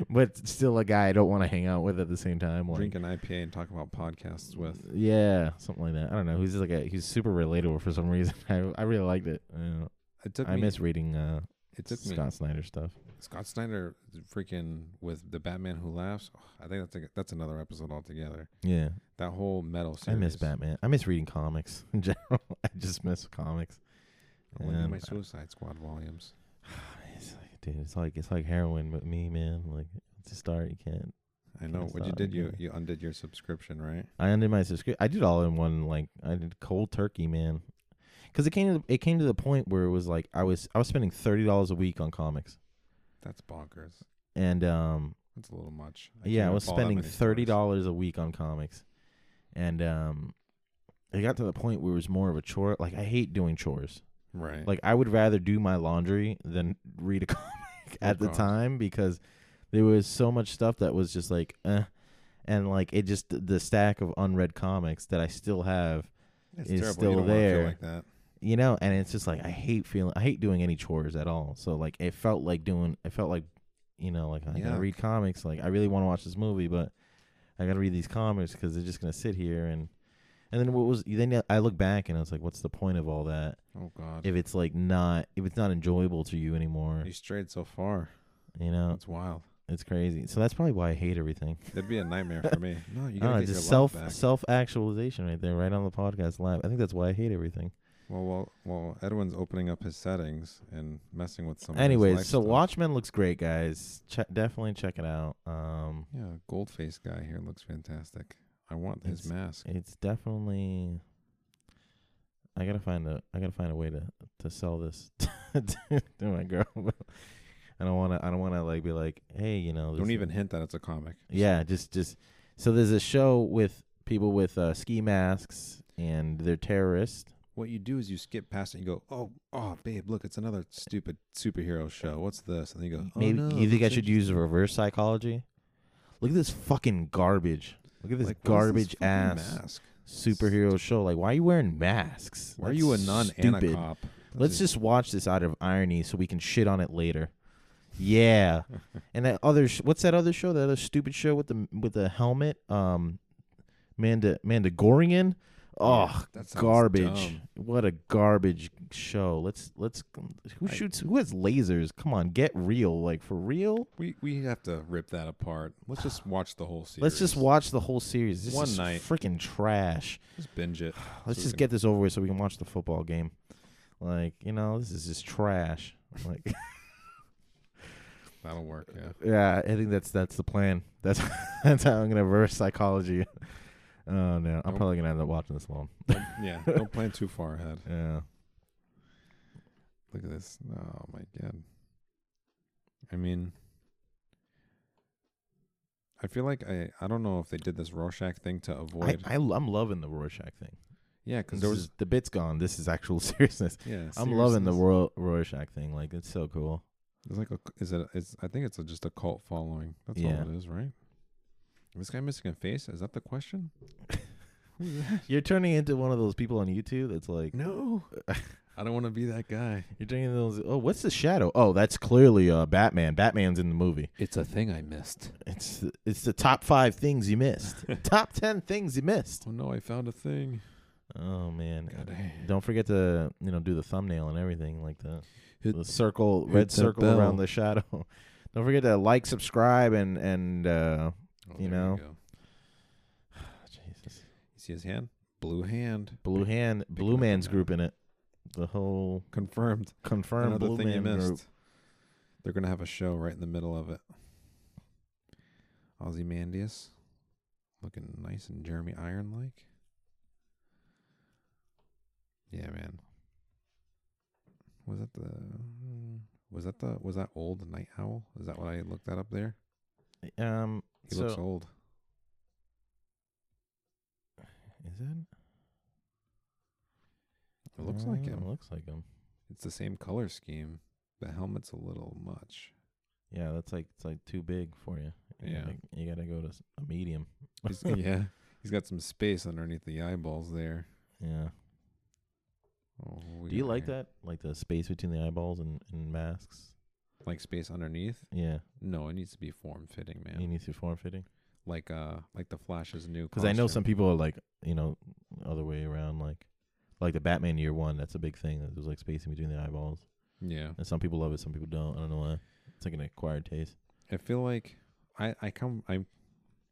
S2: but still a guy I don't want to hang out with at the same time. Like,
S1: Drink an IPA and talk about podcasts with
S2: yeah, something like that. I don't know. He's just like a he's super relatable for some reason. <laughs> I I really liked it. I, don't know.
S1: it took
S2: I
S1: me
S2: miss reading uh
S1: it took
S2: Scott
S1: me
S2: Snyder stuff.
S1: Scott Snyder freaking with the Batman Who Laughs. Oh, I think that's a, that's another episode altogether.
S2: Yeah.
S1: That whole metal
S2: I
S1: series.
S2: miss Batman. I miss reading comics <laughs> in general. I just miss comics.
S1: I'm looking at my
S2: Um,
S1: Suicide Squad volumes.
S2: It's like, dude, it's like it's like heroin with me, man. Like to start, you can't.
S1: I know
S2: can't
S1: what you
S2: stop,
S1: did. You
S2: yeah.
S1: you undid your subscription, right?
S2: I ended my subscription. I did all in one. Like I did cold turkey, man. Because it came to the, it came to the point where it was like I was I was spending thirty dollars a week on comics,
S1: That's bonkers.
S2: and um
S1: That's a little much.
S2: yeah,
S1: can't
S2: I was
S1: follow that
S2: spending
S1: many stories.
S2: thirty dollars a week on comics, and um, it got to the point where it was more of a chore. Like I hate doing chores.
S1: Right.
S2: Like I would rather do my laundry than read a <laughs> comic at the
S1: course.
S2: time because there was so much stuff that was just like, eh. and like it just the stack of unread comics that I still have,
S1: it's
S2: is
S1: terrible.
S2: still
S1: you don't wanna
S2: there.
S1: Feel like that.
S2: you know. And it's just like I hate feeling, I hate doing any chores at all. So like it felt like doing, it felt like, you know, like I gotta
S1: Yuck.
S2: read comics. Like I really want to watch this movie, but I gotta read these comics because they're just gonna sit here and. And then what was then I look back and I was like, what's the point of all that
S1: Oh God.
S2: if it's like not if it's not enjoyable to you anymore?
S1: You strayed so far.
S2: You know,
S1: That's wild.
S2: it's crazy. So that's probably why I hate everything.
S1: That'd be a nightmare for me. No, you
S2: I don't
S1: gotta
S2: know,
S1: get your
S2: just self
S1: life back.
S2: self actualization right there, right on the podcast live. I think that's why I hate everything.
S1: well, well, well. Edwin's opening up his settings and messing with some. of his life
S2: Anyways, so
S1: stuff.
S2: Watchmen looks great, guys. Che- definitely check it out. Um,
S1: Yeah, Goldface guy here looks fantastic. I want his
S2: It's-
S1: mask.
S2: it's definitely. I gotta find a I gotta find a way to to sell this <laughs> to my girl. <laughs> I don't wanna I don't wanna like be like, hey, you know,
S1: Don't
S2: this-
S1: even hint that it's a comic.
S2: Yeah, just just so there's a show with people with uh, ski masks and they're terrorists.
S1: What you do is you skip past it and you go, oh, oh, babe, look, it's another stupid superhero show. What's this? And then you go, oh,
S2: Maybe
S1: no,
S2: you think I
S1: that's
S2: should
S1: interesting."
S2: use reverse psychology? Look at this fucking garbage. Look at this
S1: Like, what is
S2: garbage
S1: fucking
S2: ass
S1: mask?
S2: superhero show. Like, why are you wearing masks?
S1: Why are
S2: That's
S1: you a nun and a
S2: stupid.
S1: cop?
S2: Let's just watch this out of irony so we can shit on it later.
S1: <laughs>
S2: Yeah. and that other sh- what's that other show? That other stupid show with the with the helmet um Manda Mandagorian? Oh,
S1: that sounds
S2: garbage.
S1: dumb.
S2: What a garbage show. Let's let's who
S1: I-
S2: shoots who has lasers? Come on, get real. Like for real?
S1: We we have to rip that apart. Let's just watch the whole series.
S2: Let's just watch the whole series. This
S1: One
S2: is
S1: night.
S2: freaking trash.
S1: <sighs> Just binge it.
S2: Let's
S1: So we
S2: just
S1: can-
S2: get this over with so we can watch the football game. Like, you know, this is just trash. Like
S1: <laughs>
S2: <laughs>
S1: That'll work. Yeah.
S2: Yeah, I think that's that's the plan. That's <laughs> that's how I'm gonna reverse psychology. <laughs> Oh no, I'm
S1: Nope.
S2: probably gonna end up watching this alone.
S1: Don't- yeah. Don't plan too far ahead.
S2: Yeah,
S1: Look at this. Oh my god. I mean, I feel like I I don't know if they did this Rorschach thing to
S2: I,
S1: avoid.
S2: I am loving the Rorschach thing
S1: yeah,
S2: because
S1: because there was
S2: the bit's gone. This is actual <laughs> seriousness.
S1: yeah.
S2: I'm loving the
S1: seriousness.
S2: Ro- Rorschach thing. Like it's so cool.
S1: It's like a c is it? It's I think it's a, just a cult following. That's
S2: Yeah.
S1: all it is, right? Is this guy missing a face? Is that the question?
S2: <laughs> You're turning into one of those people on YouTube that's like,
S1: no, I don't want to be that guy.
S2: you're turning into those. Oh, what's the shadow? Oh, that's clearly uh, Batman. Batman's in the movie.
S1: It's a thing I missed.
S2: It's it's the top five things you
S1: <laughs>
S2: missed. top ten things you missed.
S1: Oh no, I found a thing.
S2: Oh man.
S1: God damn.
S2: Don't forget to you know do the thumbnail and everything like that.
S1: Hit-
S2: the circle,
S1: hit
S2: red
S1: that
S2: circle around
S1: bell.
S2: the shadow. <laughs> Don't forget to like, subscribe, and and uh,
S1: Oh, there we
S2: You know.
S1: go.
S2: <sighs> Jesus,
S1: You see his hand? Blue hand.
S2: blue hand, blue
S1: up on
S2: man's
S1: that.
S2: group in it. The whole
S1: Confirmed.
S2: confirmed
S1: Another
S2: blue
S1: thing you
S2: man
S1: missed.
S2: group.
S1: They're gonna have a show right in the middle of it. Ozymandias. Looking nice and Jeremy Iron like. Yeah, man. Was that the was that the was that old night owl? Is that what I looked that up there?
S2: Um,
S1: He
S2: so
S1: looks old.
S2: is that?
S1: It looks like
S2: Uh,
S1: him.
S2: Looks like him.
S1: It's the same color scheme. The helmet's a little
S2: <laughs>
S1: much. <laughs>
S2: Yeah, that's like it's like too big for you. You
S1: Yeah.
S2: gotta, you gotta go to s- a medium.
S1: He's- yeah. He's got some space underneath the eyeballs there.
S2: Yeah.
S1: Oh,
S2: Do you like
S1: weird.
S2: that? Like the space between the eyeballs and, and masks?
S1: Like space underneath?
S2: Yeah.
S1: No, it needs to be form fitting, man.
S2: You need to form fitting.
S1: like uh like the Flash's new
S2: Because I know
S1: costume.
S2: some people are like, you know, other way around, like, like the Batman Year One. That's a big thing. That there's like space in between the eyeballs,
S1: yeah
S2: and some people love it, some people don't. I don't know why. It's like an acquired taste.
S1: I feel like I I come I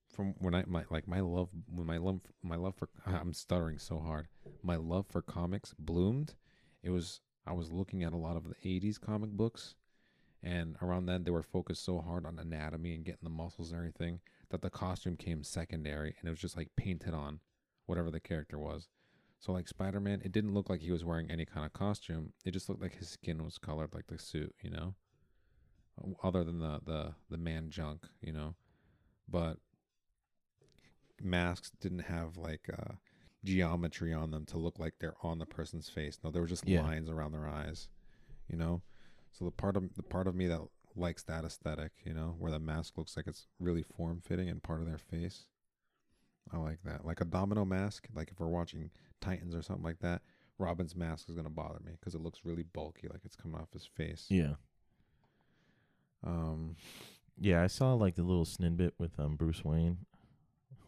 S1: from when I my like my love when my love my love for <laughs> I'm stuttering so hard my love for comics bloomed it was I was looking at a lot of the 80s comic books and around then they were focused so hard on anatomy and getting the muscles and everything that the costume came secondary and it was just like painted on whatever the character was so like Spider-Man it didn't look like he was wearing any kind of costume it just looked like his skin was colored like the suit you know o- other than the the the man junk, you know. But masks didn't have like uh, geometry on them to look like they're on the person's face. No, there were just
S2: Yeah.
S1: lines around their eyes, you know. So the part of the part of me that likes that aesthetic, you know, where the mask looks like it's really form fitting and part of their face. I like that, like a domino mask. Like if we're watching Titans or something like that, Robin's mask is gonna bother me because it looks really bulky, like it's coming off his face.
S2: Yeah,
S1: Um,
S2: yeah. I saw like the little snidbit with um Bruce Wayne.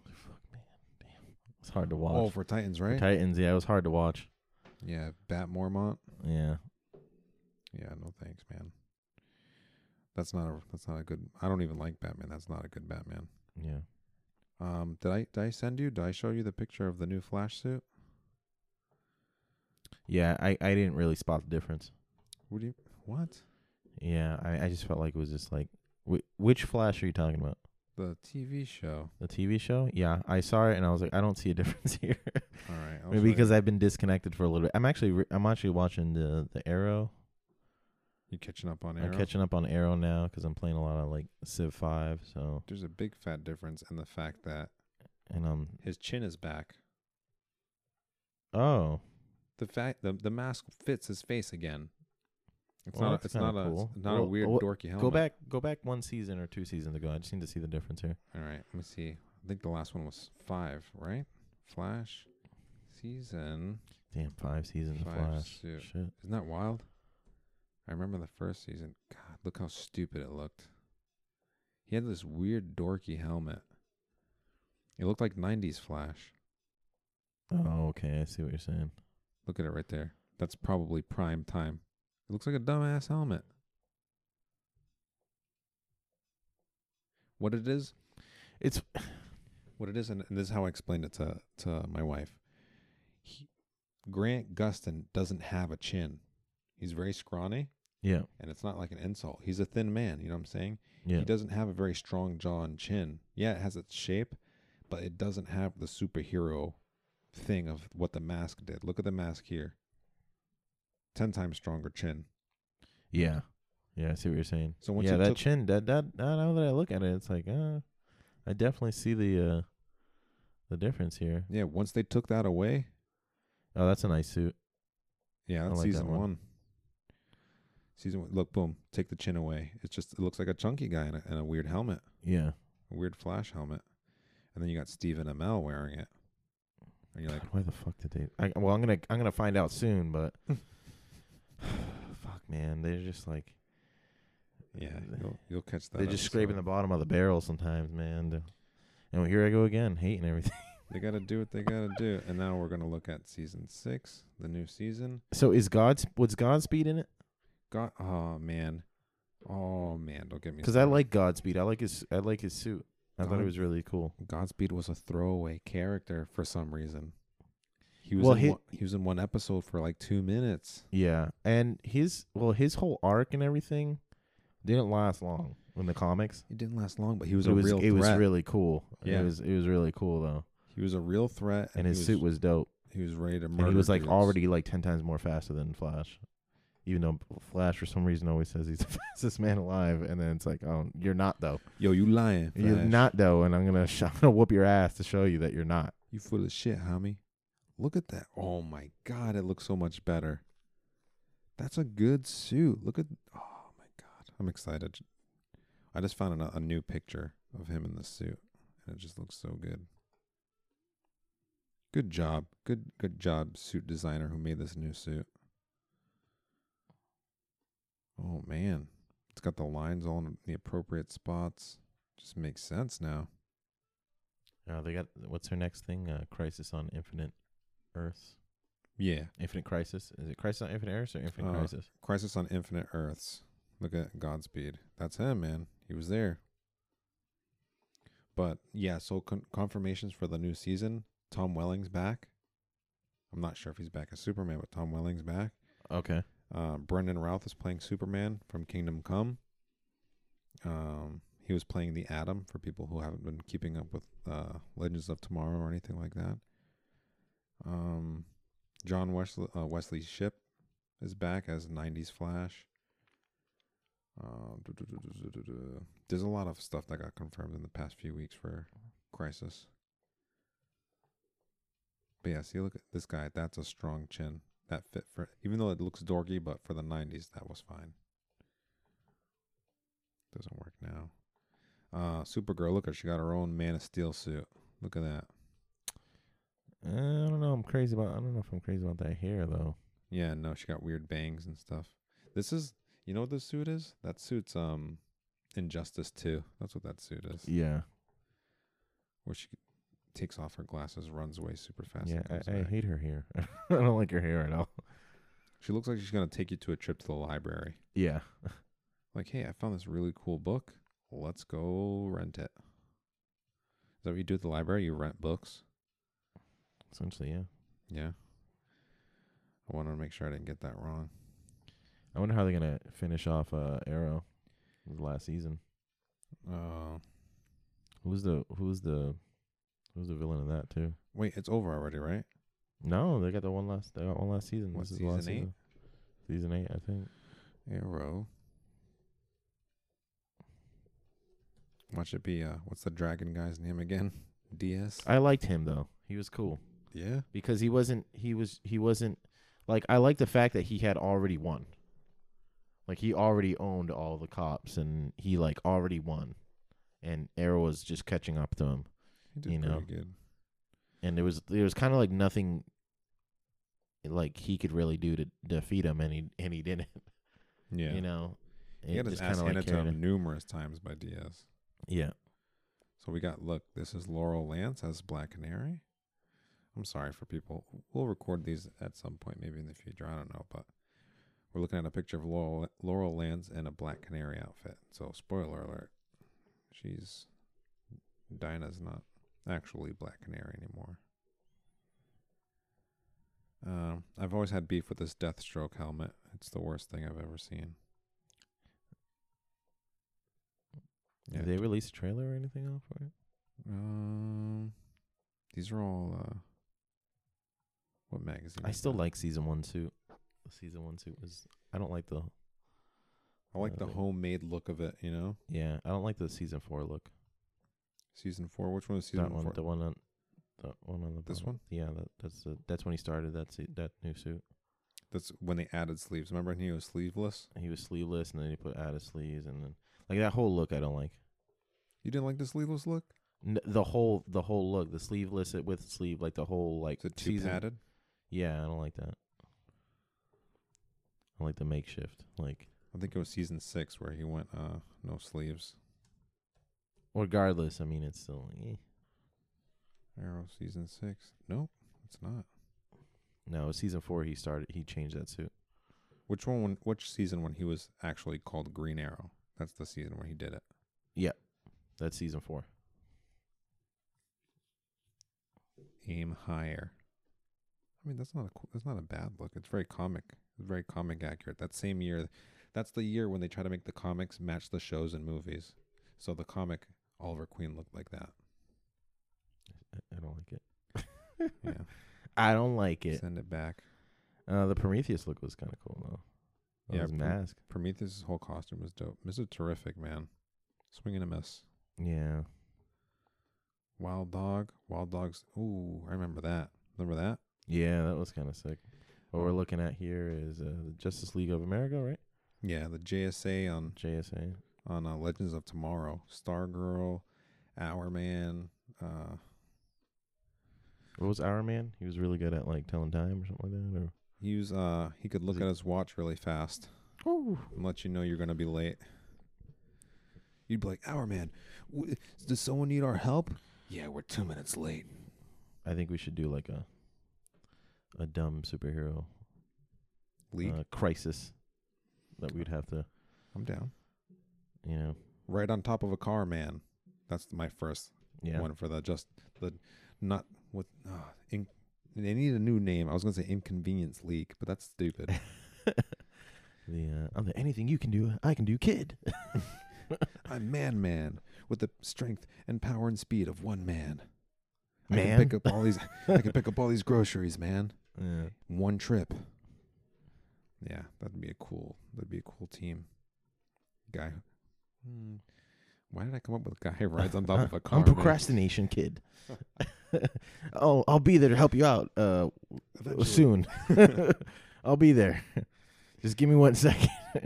S2: Fuck man, damn, it's hard to watch.
S1: Oh, for Titans, right?
S2: Titans, yeah, it was hard to watch.
S1: yeah, Bat Mormont.
S2: Yeah,
S1: Yeah, no thanks, man. That's not a that's not a good. I don't even like Batman. That's not a good Batman.
S2: yeah.
S1: Um, did I did I send you? Did I show you the picture of the new Flash suit?
S2: Yeah, I, I didn't really spot the difference.
S1: What do you what
S2: Yeah, I, I just felt like it was just like, wh- which Flash are you talking about?
S1: the TV show?
S2: The TV show? Yeah, I saw it and I was like, I don't see a <laughs> difference here.
S1: All right, I'll show
S2: Maybe
S1: you.
S2: because I've been disconnected for a little bit. I'm actually re- I'm actually watching the the Arrow.
S1: you catching up on
S2: I'm
S1: Arrow.
S2: catching up on Arrow now because I'm playing a lot of like Civ Five. So
S1: There's a big fat difference in the fact that
S2: and um
S1: his chin is back.
S2: oh
S1: The fact the the mask fits his face again. It's
S2: Well,
S1: not
S2: that's
S1: it's not
S2: kinda
S1: a
S2: cool.
S1: not a
S2: Well,
S1: weird
S2: well,
S1: dorky helmet.
S2: go back go back one season or two seasons ago. I just need to see the difference here.
S1: All right, let me see. I think the last one was five, right? Flash season.
S2: Damn, five seasons of
S1: Five
S2: Flash.
S1: suit.
S2: Shit.
S1: Isn't that wild? I remember the first season. God, look how stupid it looked. He had this weird dorky helmet. It looked like '90s Flash.
S2: Oh, okay. I see what you're saying.
S1: Look at it right there. That's probably prime time. It looks like a dumbass helmet. What it is,
S2: It's
S1: <sighs> what it is, and, and this is how I explained it to to my wife. He, Grant Gustin doesn't have a chin. He's very scrawny,
S2: yeah
S1: and it's not like an insult. He's a thin man. You know what I'm saying?
S2: yeah
S1: He doesn't have a very strong jaw and chin. Yeah, it has its shape, but it doesn't have the superhero thing of what the mask did. Look at the mask here. Ten times stronger chin.
S2: yeah yeah. I see what you're saying.
S1: So once
S2: yeah,
S1: you
S2: that
S1: took-
S2: chin, that that now now that I look at it, it's like, uh, I definitely see the uh, the difference here.
S1: Yeah, once they took that away,
S2: Oh, that's a nice suit.
S1: yeah, that's
S2: like that
S1: season
S2: one.
S1: one. Season one. Look, boom, take the chin away. It's just it looks like a chunky guy in a, in a weird helmet,
S2: Yeah,
S1: a weird flash helmet, and then you got Stephen Amell wearing it. And
S2: <laughs>
S1: you're like,
S2: God, why the fuck did they? I, well, I'm gonna I'm gonna find out soon, but <laughs> fuck, man, they're just like
S1: yeah, you'll, you'll catch that.
S2: they're just scraping the bottom of the barrel sometimes, man. They're- And here I go again, hating everything. <laughs>
S1: They gotta do what they gotta do. And now we're gonna look at season six, the new season.
S2: So is God's was Godspeed in it?
S1: God, oh man, oh man, don't get me.
S2: Because I
S1: started.
S2: like Godspeed. I like his I like his suit. I thought
S1: God-
S2: it was really cool.
S1: Godspeed was a throwaway character for some reason. He was
S2: Well,
S1: in
S2: hi-
S1: one, he was in one episode for like two minutes.
S2: Yeah, and his well his whole arc and everything didn't last long in the comics.
S1: It didn't last long, but he was
S2: it
S1: a
S2: was
S1: real
S2: it
S1: threat.
S2: was really cool.
S1: Yeah.
S2: It was it was really cool though.
S1: he was a real threat,
S2: And
S1: he
S2: his suit was dope.
S1: he was ready to murder.
S2: and he was like
S1: dudes.
S2: already like 10 times more faster than flash even though flash for some reason always says he's <laughs> the fastest man alive and then it's like oh you're not though
S1: yo, you lying?
S2: you're
S1: Flash.
S2: not though and i'm gonna <laughs> sh- i'm gonna whoop your ass to show you that you're not
S1: You full of shit, homie. Look at that. Oh my god, it looks so much better. That's a good suit. Look at Oh my god. I'm excited. I just found a, a new picture of him in the suit and it just looks so good. Good job. Good good job suit designer who made this new suit. Oh man. It's got the lines all in the appropriate spots. Just makes sense now.
S2: uh, they got what's her next thing uh, crisis on infinite earths
S1: Yeah.
S2: infinite crisis is it crisis on infinite earths or infinite
S1: Uh,
S2: crisis
S1: Crisis on Infinite Earths. Look at Godspeed. That's him, man. He was there. But yeah, so con- confirmations for the new season. Tom Welling's back. I'm not sure if he's back as Superman, but Tom Welling's back.
S2: okay
S1: Uh, Brendan Routh is playing Superman from Kingdom Come. Um, he was playing the Atom for people who haven't been keeping up with uh, Legends of Tomorrow or anything like that. Um, John Wesley, uh, Wesley Ship is back as '90s Flash. Um, duh, duh, duh, duh, duh, duh, duh. There's a lot of stuff that got confirmed in the past few weeks for Crisis. But yeah, see, look at this guy. That's a strong chin. That fit for, even though it looks dorky, but for the 90s, that was fine. Doesn't work now. Uh, Supergirl, look at she got her own Man of Steel suit. Look at that.
S2: uh, i don't know i'm crazy about i don't know if i'm crazy about that hair though
S1: Yeah, no, she got weird bangs and stuff. This is, you know what this suit is? That suit's um, Injustice 2. That's what that suit is.
S2: yeah
S1: Where she takes off her glasses, runs away super fast.
S2: yeah
S1: and comes
S2: I, I
S1: back.
S2: hate her hair <laughs> i don't like her hair at all
S1: She looks like she's going to take you to a trip to the library.
S2: yeah
S1: like, hey, I found this really cool book. Let's go rent it. Is that what you do at the library? You rent books?
S2: essentially yeah
S1: Yeah. I wanted to make sure I didn't get that wrong.
S2: I wonder how they're gonna finish off uh, Arrow the last season.
S1: Uh,
S2: Who's the who's the who's the villain of that too?
S1: wait, it's over already, right?
S2: No, they got the one last they got one last season.
S1: What,
S2: this is the last
S1: season eight?
S2: season. Season eight, I think.
S1: Arrow. Watch it be, uh, what's the dragon guy's name again? <laughs> DS?
S2: I liked him though. He was cool
S1: yeah.
S2: because he wasn't he was he wasn't like I like the fact that he had already won. Like he already owned all the cops and he like already won, and Arrow was just catching up to him.
S1: He did
S2: You know.
S1: pretty good.
S2: and there was there was kind of like nothing like he could really do to defeat him and he and he didn't <laughs>
S1: Yeah.
S2: you know
S1: he
S2: It
S1: got his
S2: just
S1: ass
S2: kinda,
S1: handed to
S2: carried
S1: him numerous times by DS.
S2: yeah
S1: So we got look, this is Laurel Lance as Black Canary. I'm sorry for people. We'll record these at some point, maybe in the future. I don't know, but we're looking at a picture of Laurel Laurel Lance in a Black Canary outfit. So spoiler alert, she's Dinah's not actually Black Canary anymore. Um, I've always had beef with this Deathstroke helmet. It's the worst thing I've ever seen.
S2: did they release a trailer or anything off for it
S1: Um, these are all uh, what magazine?
S2: i
S1: is
S2: still
S1: that?
S2: like season one suit The season one suit was i don't like the
S1: I like
S2: uh,
S1: the
S2: the-
S1: homemade look of it. You know,
S2: yeah i don't like the season four look
S1: season four. Which one is season
S2: that one
S1: four?
S2: the one on the one on the
S1: This
S2: bottom.
S1: one?
S2: yeah that, that's the, that's when he started that se- that new suit
S1: That's when they added sleeves. Remember when he was sleeveless?
S2: he was sleeveless and then he put out his sleeves and then like that whole look i don't like
S1: You didn't like the sleeveless look?
S2: N- the whole the whole look, the sleeveless it with sleeve, like the whole like
S1: Is it too
S2: season.
S1: padded?
S2: Yeah, I don't like that. I like the makeshift, like
S1: I think it was season six where he went uh no sleeves.
S2: regardless. I mean, it's still eh.
S1: Arrow season six. Nope, it's not.
S2: no season four. He started. He changed that suit.
S1: Which one? When, which season when he was actually called Green Arrow? That's the season when he did it.
S2: That's season four.
S1: Aim higher. I mean, that's not a cool, that's not a bad look. It's very comic. It's very comic accurate. That same year, that's the year when they try to make the comics match the shows and movies. So the comic Oliver Queen looked like <laughs> that.
S2: I, I don't like it.
S1: Yeah,
S2: I don't like it.
S1: send it back.
S2: Uh, the Prometheus look was kind of cool though. With
S1: Yeah,
S2: his
S1: Prom-
S2: mask.
S1: Prometheus' whole costume was dope. This is terrific, man. Swing and a miss.
S2: Yeah,
S1: Wild Dog. Wild Dogs. Ooh, I remember that. Remember that?
S2: yeah, that was kind of sick. What
S1: Mm.
S2: we're looking at here is uh, the Justice League of America, right?
S1: Yeah, the JSA on
S2: JSA.
S1: on uh, Legends of Tomorrow. Stargirl, Hourman. Uh,
S2: What was Our Man? He was really good at like telling time or something like that. Or
S1: he was uh he could look
S2: it-
S1: at his watch really fast and let you know you're gonna be late. You'd be like, Hourman, w- does someone need our help? Yeah, we're two minutes late.
S2: I think we should do like a a dumb superhero
S1: League,
S2: Uh, crisis that we'd have to,
S1: I'm down.
S2: you know,
S1: Right on top of a car, man. That's my first
S2: yeah,
S1: one for the just the not what uh, in, they need a new name. I was gonna say inconvenience league, but that's stupid.
S2: <laughs> the uh, I'm the anything you can do, I can
S1: <laughs>
S2: do, kid.
S1: I'm man man with the strength and power and speed of one man. I
S2: Man?
S1: can pick up all these I
S2: <laughs>
S1: can pick up all these groceries, man.
S2: Yeah.
S1: in One trip. Yeah, that'd be a cool that'd be a cool team. Guy Hmm. why did I come up with a guy <laughs> who rides on top of a car?
S2: I'm
S1: man?
S2: procrastination, kid. <laughs> oh, I'll be there to help you out uh,
S1: Eventually.
S2: <laughs> soon. I'll be there. <laughs> Just give me one second. <laughs>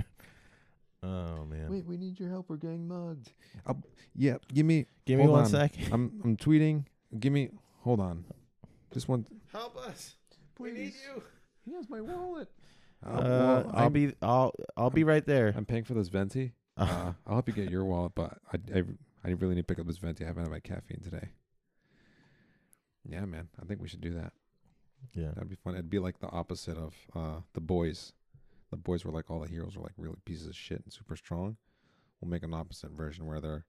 S2: oh man,
S1: Wait, we need your help. We're getting mugged. i yeah, give me
S2: give me
S1: hold
S2: one
S1: on.
S2: second.
S1: I'm I'm tweeting. Give me hold on. Just one
S2: Help us. you.
S1: He has my wallet.
S2: Uh, I'll be. I'll. I'll be right there.
S1: I'm paying for this <laughs> venti.
S2: <laughs>
S1: Uh, I'll help you get your wallet, but I, I, I really need to pick up this venti. I haven't had my caffeine today. Yeah, man. I think we should do that.
S2: yeah.
S1: That'd be fun. It'd be like the opposite of uh, the boys. The boys were like all the heroes were like really pieces of shit and super strong. We'll make an opposite version where they're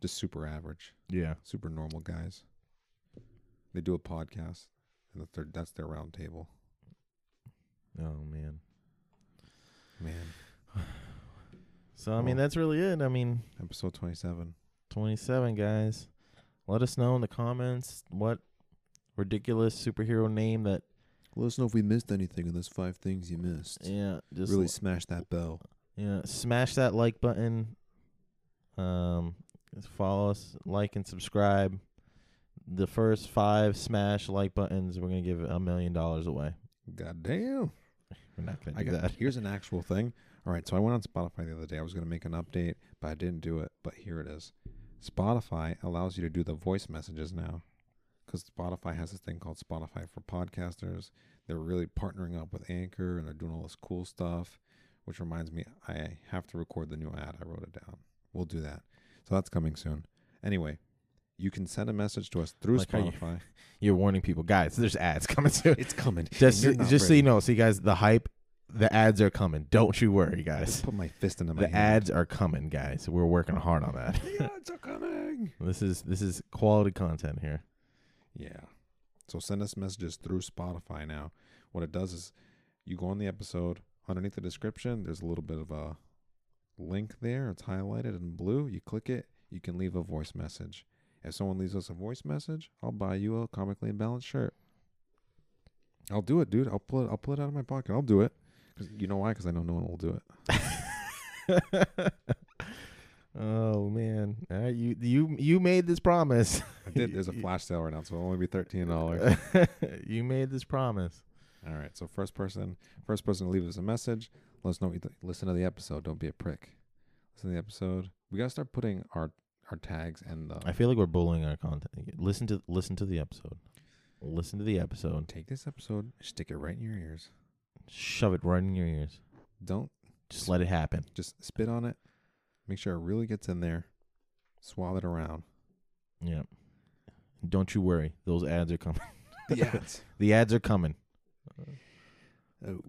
S1: just super average,
S2: Yeah.
S1: super normal guys. They do a podcast, and that's their that's their round table.
S2: Oh man.
S1: Man,
S2: So I mean,
S1: Well.
S2: that's really it. I mean,
S1: episode twenty seven.
S2: 27 guys let us know in the comments what ridiculous superhero name that
S1: Let us know if we missed anything in those five things you missed.
S2: yeah just
S1: really smash that bell.
S2: yeah smash that like button um follow us like and subscribe the first five smash like buttons we're gonna give a million dollars away
S1: God damn.
S2: we're not gonna
S1: I
S2: do
S1: got
S2: that
S1: <laughs> here's an actual thing. All right, so I went on Spotify the other day. I was going to make an update, but I didn't do it. But here it is. Spotify allows you to do the voice messages now because Spotify has this thing called Spotify for podcasters. They're really partnering up with Anchor and they're doing all this cool stuff, which reminds me, I have to record the new ad. I wrote it down. We'll do that. So that's coming soon. Anyway, you can send a message to us through
S2: Like how you- <laughs>
S1: Spotify.
S2: <laughs> you're warning people guys there's ads <laughs> coming soon
S1: it's coming.
S2: just
S1: and <laughs> you're not
S2: just so
S1: ready.
S2: you know see guys the hype the ads are coming don't you worry
S1: I
S2: guys
S1: just put my fist into my
S2: the
S1: hand.
S2: ads are coming guys we're working hard on that <laughs>
S1: The ads are coming.
S2: This is this is quality content here. <laughs>
S1: Yeah. So send us messages through Spotify now. What it does is you go on the episode, underneath the description, there's a little bit of a link there. It's highlighted in blue. You click it, you can leave a voice message. If someone leaves us a voice message, I'll buy you a comically imbalanced shirt. I'll do it, dude. I'll pull it. I'll pull it out of my pocket. I'll do it. 'Cause you know why? Because I know no one will do it.
S2: oh man, All right, you you you made this promise.
S1: I did. There's a
S2: You-
S1: flash sale right now, so it'll only be thirteen dollars.
S2: <laughs> you made this promise.
S1: All right. So first person, first person to leave us a message, let us know. What you th- listen to the episode. Don't be a prick. Listen to the episode. We gotta start putting our our tags and the
S2: I feel like we're bullying our content. Listen to listen to the episode. Listen to the episode.
S1: take this episode, stick it right in your ears.
S2: Shove it right in your ears.
S1: Don't
S2: Just let it happen.
S1: just spit on it. Make sure it really gets in there. Swab it around.
S2: Yeah. Don't you worry. Those ads are <laughs> coming.
S1: Yeah. <laughs>
S2: The ads are coming.
S1: oh.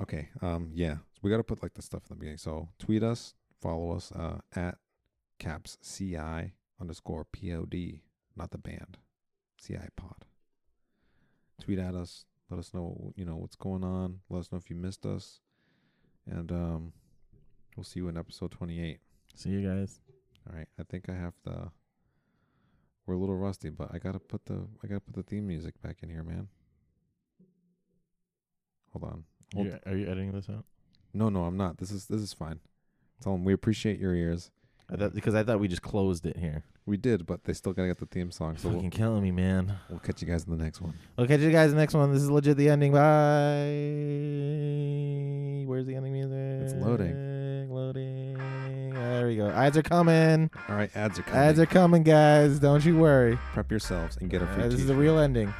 S1: Okay. Um. Yeah. So we got to put like the stuff in the beginning. So tweet us, follow us uh, at caps ci underscore pod, not the band, ci pod. Tweet at us. Let us know. You know what's going on. Let us know if you missed us, and um, we'll see you in episode twenty-eight.
S2: See you guys.
S1: All right, I think I have the. We're a little rusty, but I gotta put the I gotta put the theme music back in here, man. Hold on. Hold-
S2: You're- are you editing this out?
S1: No, no, I'm not. This is this is fine. Tell them we appreciate your ears.
S2: I thought because I thought we just closed it here.
S1: We did, but they still gotta get the theme song. So we'll,
S2: Fucking killing me, man.
S1: we'll catch you guys in the next one.
S2: I'll catch you guys in the next one. This is legit the ending. Bye. Where's the ending music?
S1: It's loading.
S2: Loading. There we go. Ads are coming.
S1: All right, ads are coming.
S2: Ads are coming, guys. Don't you worry.
S1: Prep yourselves and get a free.
S2: Uh, this is
S1: t-shirt.
S2: the real ending.